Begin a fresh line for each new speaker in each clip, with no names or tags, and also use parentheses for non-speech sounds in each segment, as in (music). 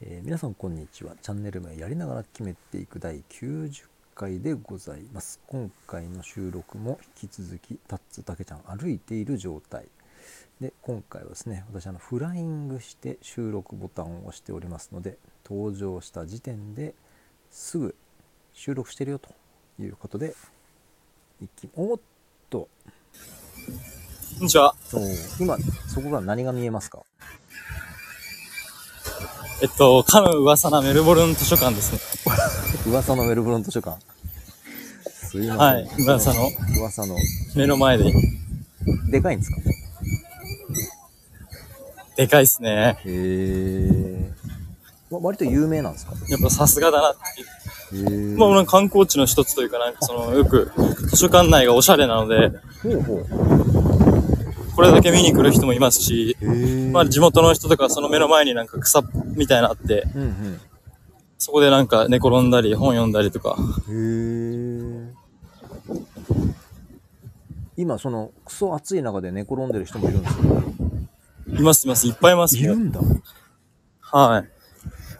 えー皆さんこんにちはチャンネル名やりながら決めていく第90回でございます今回の収録も引き続きタッツたけちゃん歩いている状態で今回はですね私あのフライングして収録ボタンを押しておりますので登場した時点ですぐ収録してるよということでいきおっと
こんにちは。
おー今そこから何が見えますか
えっと、かの噂なメルボルン図書館ですね。
噂のメルブロン図書館すいません、
はい噂の
噂の
目の前で。
でかいんですか
でかいっすね。
へえ割と有名なんですか
やっぱさすがだなって。
へ
まあ、
え
なんか観光地の一つというか、なんかその、よく図書館内がおしゃれなので、
ほうほう
これだけ見に来る人もいますし、
へえ
まあ、地元の人とかその目の前になんか草みたいなのあって、
うん
そこでなんか寝転んだり、本読んだりとか。
うんへえ今そのクソ暑い中で寝転んでる人もいるんですよ
いますいます。いっぱいいます
いる
ね。
んだ
はい。ま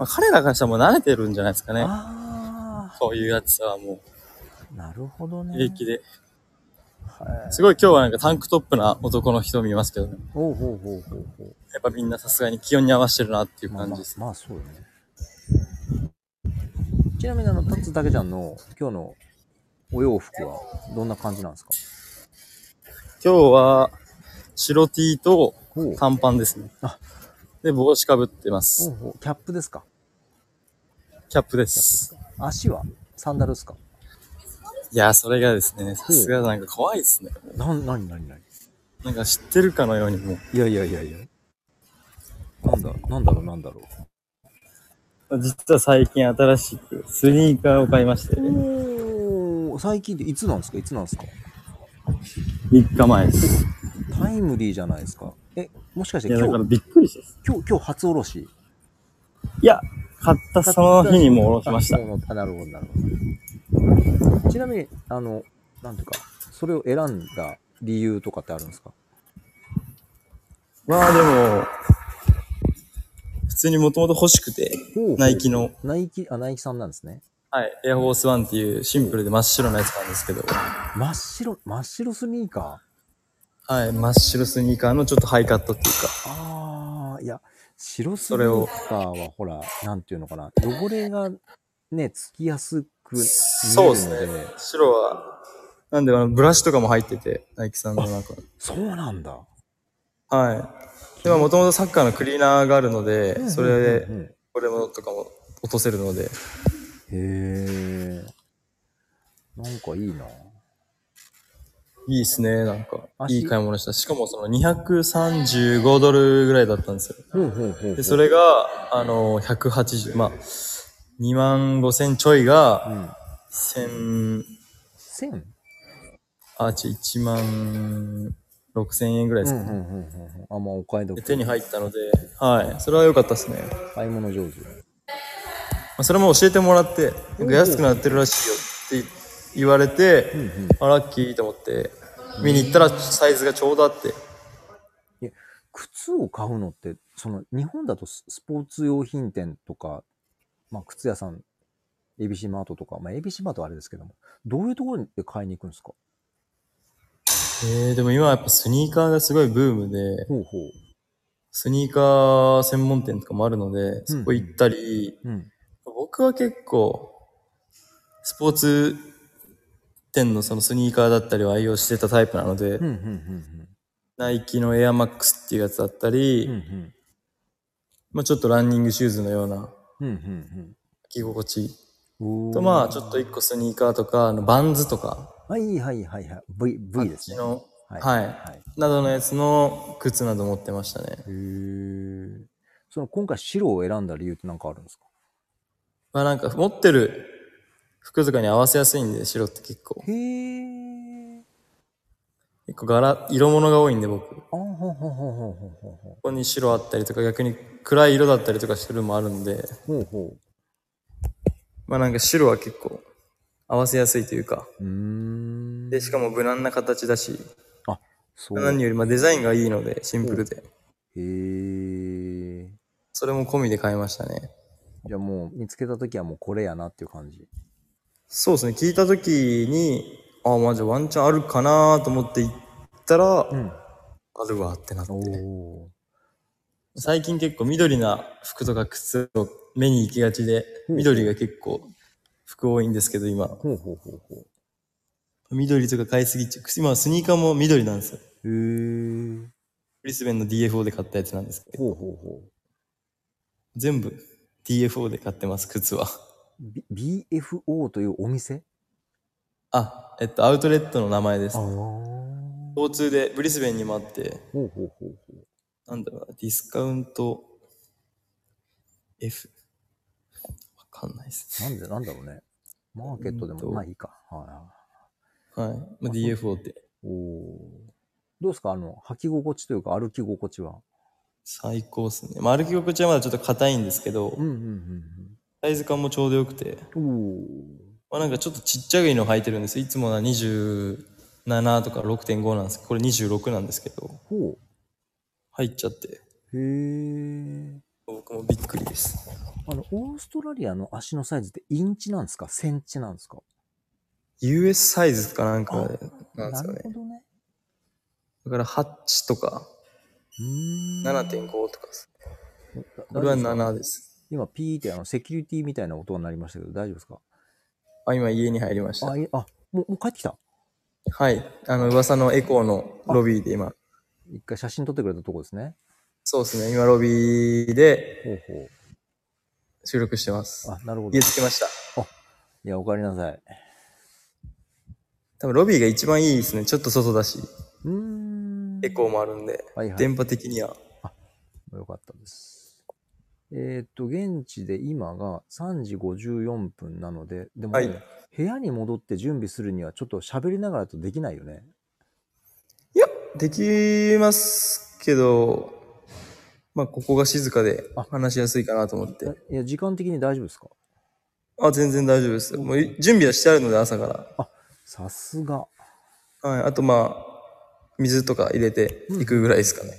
あ、彼らからしたらもう慣れてるんじゃないですかね。
あ
こういうやつはも
あなるほど
う、
ね
平気で。
はい
すごい今日はなんかタンクトップな男の人見ますけどね。
ほうほうほうほうほう
やっぱみんなさすがに気温に合わせてるなっていう
まあ
感
ま
じ
あ
です。
まあそうよねちなみにあのタツだけちゃんの今日のお洋服はどんな感じなんですか
今日は白 T と
ほう
短パンですね
あ。
で、帽子かぶってま
ほう
す。
ほうキャップですか
キャップです。
足はサンダルですか
いやー、それがですね、さすがなんか怖いですね。
なんなになになに
なんか知ってるかのようにも
いやいやいやいやなんだなんだろうなんだろ
う。実は最近新しくスニーカーを買いまして、
うおー最近でいつなんですかいつなんですか
3日前です。
タイムリーじゃないですかえもしかし
い
て
や、だ
今
から
日
びっくりした。
今日今日初おろし
いや、買ったその日にもうおろしました
あ。そうなんだなるほど、なるほど。ちなみに、あの、なんていうか、それを選んだ理由とかってあるんですか
まあでも、普通にもともと欲しくて、ナイキ
の。
の
ナイキ、あ、ナイキさんなんですね。
はい、エアフォースワンっていうシンプルで真っ白なやつなんですけど、
真っ白、真っ白スニーカ
はい、真っ白スニーカーのちょっとハイカットっていうか、
ーああ、いや、白スニ
それを
ーカーはほら、なんていうのかな、汚れがね、つきやすく見えるので、
そうですね白は、なんであのブラシとかも入ってて、ナイキさんの中
そうなんだ。
はい。でももともとサッカーのクリーナーがあるので、それで
うん、うん
これもとかも落とせるので、
へえ。なんかいいな。
いいですね、なんか、
足
いい買い物した。しかもその235ドルぐらいだったんですよ。
ほうほうほうほう。
で、それが、あの、180、まあ、2万5千ちょい
う
が、
ん。
1000、
線
あ、ちょ、1万6千円ぐらいですかね。
うんうんうんうんうん、あ、まあお買い得
で。手に入ったので、はい。それは良かったですね。ま
買い物上手。
あ、それも教えてもらって、なんか安くなってるらしいよって言われて、あ、ラッキーと思って、見に行ったらサイズがちょうどあって、
靴を買うのって、その日本だとススポーツ用品店とか、まあ靴屋さん、ABC マートとか、まあ ABC マートはあれですけども、どういうところで買いに行くんですか
えー、でも今はやっぱスニーカーがすごいブームで、
ほうほう。
スニーカー専門店とかもあるので、そこ行ったり、
うん。
僕は結構、スポーツ店のそのスニーカーだったりを愛用してたタイプなので、
うん、うん、うん
ナイキのエアマックスっていうやつだったり、
うん。うん、うん。
まあ、ちょっとランニングシューズのような
うん、うん、
着心地
うん。
とまあちょっと一個スニーカーとかあのバンズとか
あ、はい、はい、はい、はい。V、V ですね。
の、
はい
はい
はい。
などのやつの靴など持ってましたね、
へえ。その今回白を選んだ理由って何かあるんですか
まあ、なんか持ってる服とかに合わせやすいんで白って結構
へえ。
結構柄色物が多いんで僕こ
あ、ほうほうほうほうほうほうほう。
こに白あったりとか逆に暗い色だったりとかしてるのもあるんで
ほうほ
まあなんか白は結構合わせやすいというか
う。うーん。
でしかも無難な形だし
そう。
何よりまあデザインがいいのでシンプルで
へえ。
それも込みで買いましたね
じゃあもう見つけた時はもうこれやなっていう感じ。
そうですね、聞いたときに、ああ、まあじゃあワンチャンあるかなと思って行ったら、
ん。
あるわってなって。
おー
最近結構緑な服とか靴を目に行きがちで、
うん
緑が結構服多いんですけど、今。
ほうほうほうほう。
緑とか買いすぎちゃう。今スニーカーも緑なんですよ。
へー
ブリスベンの DFO で買ったやつなんですけど、
ほうほうほう。
全部 DFO で買ってます、靴は。
B、BFO というお店
あ、えっと、アウトレットの名前です
ああ。。
交通でブリスベンにもあって、
(laughs) ほうほうほうほう。
なんだろうな、ディスカウント F。わかんないです
な
ね。
んで、なんだろうね。マーケットで
うんと
も、まあいいか。はいは
はい。まあ、DFO って
い。おお。どうですかあの、履き心地というか歩き心地は。
最高っすね。まあ、歩き心地はまだちょっと硬いんですけど
う、んうん
サイズ感もちょうどよくて、
うんうん。
まあ、なんかちょっとちっちゃいの履いてるんですよいつもは27とか6.5なんですけど、これ26なんですけど、
おお。ほ
入っちゃって、
う。へえ。
僕もびっくりです。
あの、オーストラリアの足のサイズってインチなんですかセンチなんですか
US サイズかなんかなんですよ
るほ
ね。
どね。
だから8とか
うーん。
7.5とかです。こ
大
れは
丈夫ですか
7です。
今、ピーってあの、セキュリティみたいな音になりましたけど、大丈夫ですか
あ、今家に入りました
あ、。いあ、もう、もう帰ってきた。
はい。あの、噂のエコーのロビーで今。
一回写真撮ってくれたとこですね。
そうですね。今ロビーで
ほうほ
収録してます
う。。あ、なるほど。
家
い
着きました。
や、お帰りなさい。
多分ロビーが一番いいですね。ちょっと外だし、
うーん。
エコーもあるんで、
はいはい
電波的には。
よかったです。えーっと、現地で今が3時54分なので、でも、
はい
部屋に戻って準備するにはちょっと喋りながらだとできないよね。
いや、できますけど、まあ、ここが静かで
あ
話しやすいかなと思って。
えいや、時間的に大丈夫ですか
あ、全然大丈夫です。もう準備はしてあるので、朝から。
さすが。
はい。あと、まあ、水とか入れていくぐらいですかね。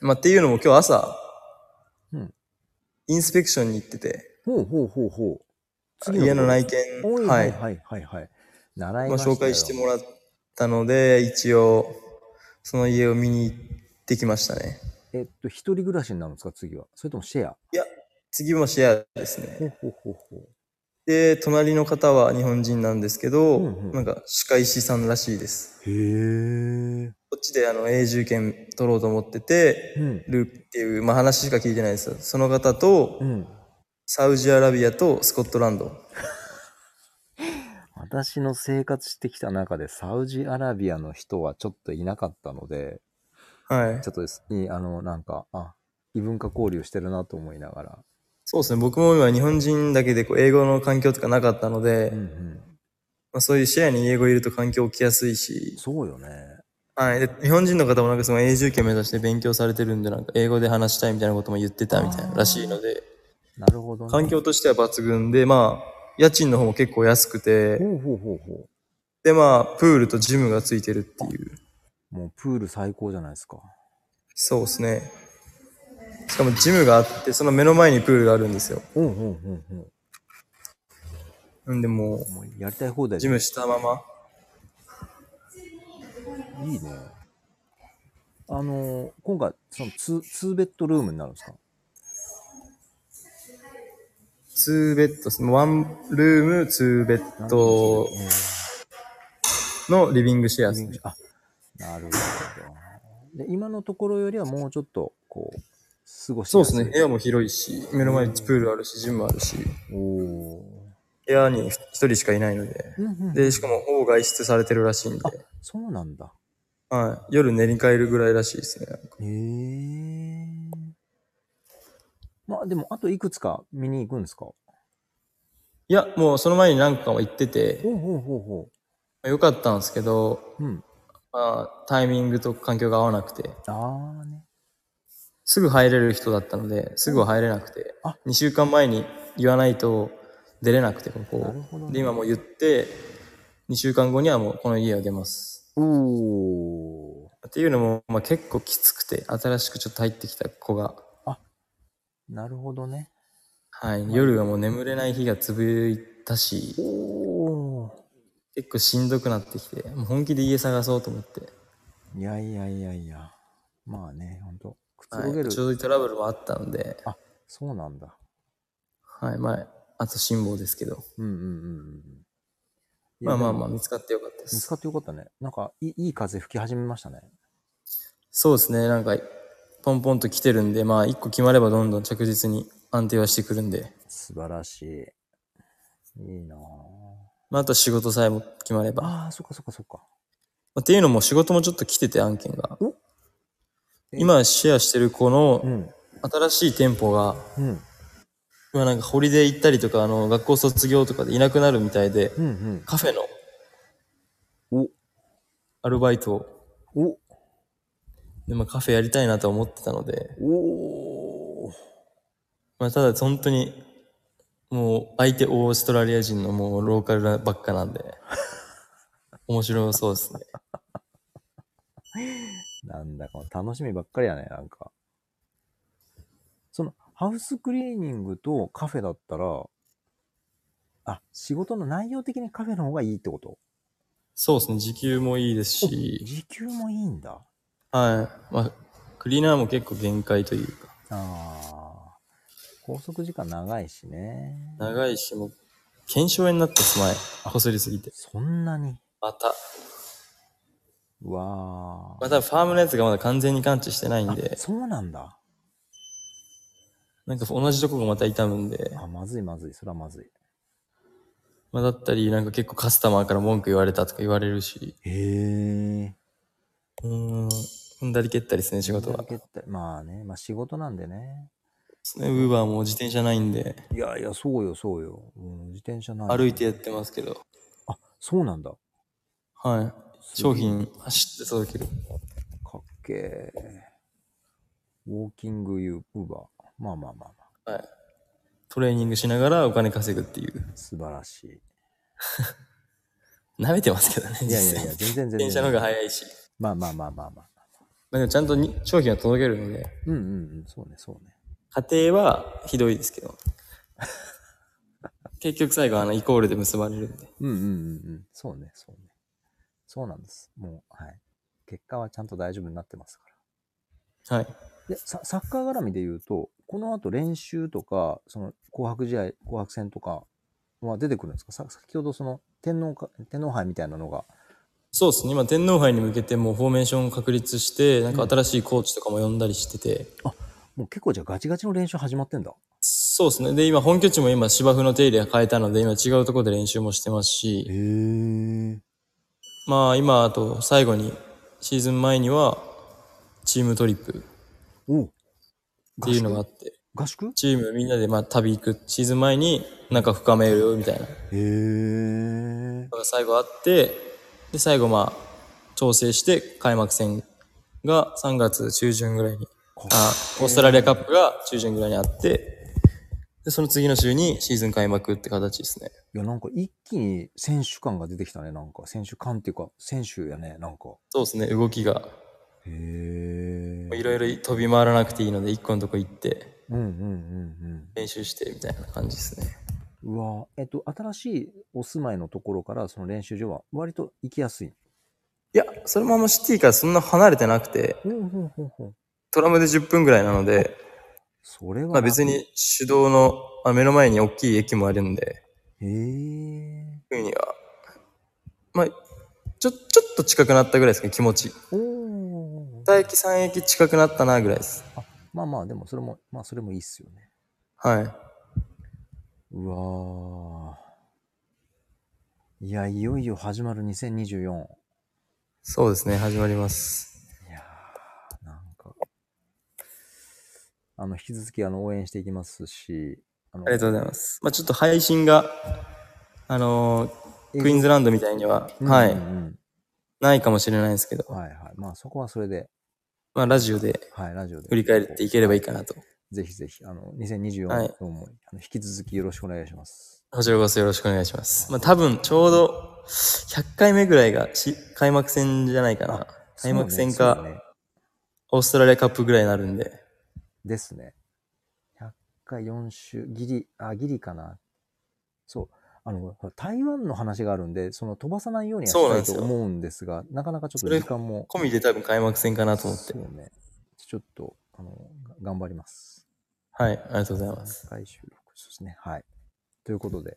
まあ、っていうのも今日朝、
うん
インスペクションに行ってて、
ほうほうほうほう。
家の内
おい
見、
は
はいい、
はいはいはい。習い
まあ、
ましたよ
紹介してもらったので、一応、その家を見に行ってきましたね。
えっと、一人暮らしになるんですか、次は。それともシェア。
次もシェアですね。
ほうほうほうほう。
で、隣の方は日本人なんですけど、
うんうん
なんか歯科医師さんらしいです。
へえ。
こっちであの永住権取ろうと思ってて
うん。
るっていう、まあ、話しか聞いてないですよ。その方と、
うん。
サウジアラビアとスコットランド。
私の生活してきた中で、サウジアラビアの人はちょっといなかったので、
はい
ち。ょっとです、いいあの、なんか、あ、異文化交流してるなと思いながら。
そうですね。僕も今日本人だけでこう英語の環境とかなかったので、
うんうん。
まあ、そういうシェアに英語いると環境起きやすいし、
そうよね。
はい。で日本人の方もなんかその永住権目指して勉強されてるんで、なんか英語で話したいみたいなことも言ってたみたいならしいので、
なるほどね。
環境としては抜群で、まあ、家賃の方も結構安くて、
ほうほうほうほ
で、まあ、プールとジムがついてるっていう。
う。もうプール最高じゃないですか。
そうですね。しかもジムがあって、その目の前にプールがあるんですよ。
うんうんうんうん。
なんでもう、
もうやりたい放題
ジムしたまま。
いいね。あのー今回、そのツー、ツーベッドルームになるんですか
2ベッドですね、ワンルーム2ベッドのリビングシェアですね。
あ、なるほど。で、今のところよりはもうちょっと、こう、過ごし
そう
や
です
い
すね、部屋も広いし、目の前にプールあるし、ジムもあるし、
おお
部屋に一人しかいないので
ー。う。んうん。
で、しかも、ほぼ外出されてるらしいんで、
そうなんだ。
はい、夜寝に帰るぐらいらしいですね。
へえ。まあでも、あといくつか見に行くんですかほ
いや、もうその前に何個かも行ってて、
うほうほうほ
まあ良かったんですけど、
う。うん。
まあ、タイミングと環境が合わなくて、
ああね。
すぐ入れる人だったので、すぐは入れなくて
あ、
2週間前に言わないと出れなくて、こ
なるほど
こ
ね。
で、今もう言って、2週間後にはもうこの家を出ます。
おお
っていうのも、まあ、結構きつくて、新しくちょっと入ってきた子が、
ー。なるほどね。
はい、夜はもう眠れない日が続いたし、
おお
結構しんどくなってきて、もう本気で家探そうと思って、
ーいやいやいやいやまあねほんとくつ
は
ろげ
い、
る、
ちょうどいいトラブルもあったので、
あそうなんだ
はい、まあ、あと辛抱ですけど、
うんうんうんうんいや
まあまあ
でも
まあ、見つかってよかったで
見つ
す。
かってよかったねなんかいいいい風吹き始めましたね
そうですね、なんか、ポンポンと来てるんで、まあ、一個決まればどんどん着実に安定はしてくるんで、
素晴らしいいいなぁ
まあ、あと仕事さえも決まれば。ま
ああそっかそっかそっか
あっていうのも仕事もちょっと来てて、案件が
お。え
今シェアしてる子
う
の
ん
新しい店舗が、
うんうん
今なんかホリデー行ったりとか、あの、学校卒業とかでいなくなるみたいで、
うん
カフェの
お
アルバイトを、
お
でまあ、カフェやりたいなとは思ってたので、
おー
まあ、ただ本当に、もう相手オーストラリア人のもうローカルなばっ
(laughs)
かなんで、面白そうですね。
なんだか楽しみばっかりやねなんかそのハウスクリーニングとカフェだったらあ仕事の内容的にカフェの方がいいってこと
そうですね、時給もいいですし、
時給もいいんだ
はい。まあ、クリーナーも結構限界というか、
ああ拘束時間長いしね
長いし、もう、検証炎になったす前、こすりすぎて。
そんなに
また。
うわ
またファームのやつがまだ完全に完治してないん
ーあ
で、
そうなんだ
なんか同じとこがまた痛むんで、
あまずいまずいそれはまずい
まあ、だったり、なんか結構カスタマーから文句言われたとか言われるし、
へえ
うーん、踏んだり蹴ったりですね、仕事は。
まあねまあ仕事なんでね
ウーバーも自転車ないんで、
いやいやそうよそうよ、うん、自転車ない
歩いてやってますけど、
あそうなんだか
はい。商品走って届ける。
っけーウォーキングユーバーまあまあまあまあ
はい。トレーニングしながらお金稼ぐっていう。
素晴らし
(laughs) 舐めてますけどね、
いい
実
やい
際。
やいや全然全然
自転車の方が早いし。
まあまあまあまあまあ
まあ、でもちゃんとに商品は届けるので、
うんうんうんそうねそうね
家庭はひどいですけど。結局最後あのイコールで結ばれるんで。
うんうんうんうんそうねそうねそうなんですもうはい結果はちゃんと大丈夫になってますから
はい。
でササッカー絡みで言うと、この後練習とか、その紅白試合、紅白戦とかは出てくるんですかさ先ほどその天皇か天皇杯みたいなのが、
そうですね。今天皇杯に向けてもうフォーメーションを確立して、なんか新しいコーチとかも呼んだりしてて、
もう結構じゃあガチガチの練習始まってんだ。
そうですね。で、今本拠地も今芝生の手入れは変えたので、今違うところで練習もしてますし、
え。
まあ今あと最後にシーズン前にはチームトリップっ
お
ていうのがあって
合宿
チームみんなでまあ旅行くシーズン前になんか深めるみたい
へ
な
え。
のが最後あってで最後まあ調整して開幕戦が3月中旬ぐらいにあオーストラリアカップが中旬ぐらいにあってでその次の週にシーズン開幕って形ですね
いや、なんか一気に選手感が出てきたね、なんか。選手感っていうか、選手やね、なんか。
そうですね動きが
へえ。
いろいろ飛び回らなくていいので1個のとこ行って
うんうんうんうん。
練習してみたいな感じですね
うわえっと、新しいお住まいのところから、その練習場は割と行きやすい。
いや、それもあんまシティからそんな離れてなくて、
ほうほうほうほう。
トラムで10分ぐらいなので、
それは、
まあ別。に手動の、まあ、目の前に大きい駅もあるんで、
へえ。
ふうには、まあ、ちょ、ちょっと近くなったぐらいですかね、気持ち。
おお。
2駅、3駅近くなったなぐらいです。
まあまあ、でもそれも、まあそれもいいっすよね。
はい。
うわーいや、いよいよ始まる2024。い
そうですね、始まります。
やーなんか。あの、引き続き、あの、応援していきますし、あの
ありがとうございます。まあちょっと配信が、あのークイーンズランドみたいには、
うん
はい、
うん
ないかもしれないですけど
う、んはいはい。まあそこはそれで、
まあラジオで
はい、ラジオで。
振り返っていければいいかなと。
ぜひぜひ、あの、2024
はい
年も、あの引き続きよろしくお願いします。
こちらこそよろしくお願いします。まあ、多分、ちょうど、100回目ぐらいがし開幕戦じゃないかな。開幕戦
そう
か、
ねそうね
オーストラリアカップぐらいになるんで。
ですね。100か4週、ギリ、あ、ギリかな。そう。あの、ほら台湾の話があるんで、その飛ばさないようには
そう
し
なん
たい
ですよ
と思うんですが、なかなかちょっ
そ
と
れ
時間も。
込みで多分開幕戦かなと思って
そ。うね。ちょっと、あの、が頑張ります。
はい、ありがとうございます。
回収録ですね。はい。ということで、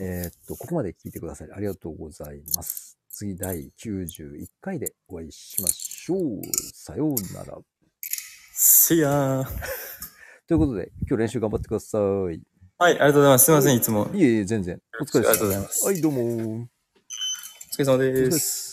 えーっと、ここまで聞いてくださりありがとうございます。次、第91回でお会いしましょう。さようなら。
See ya!
ということで、今日練習頑張ってください。
はい、ありがとうございます。すいません、いつも。お疲
いえいえ、全然。お疲れ様
ありがとうございます
はい、どうも。
れ様
お疲れ様
で。
です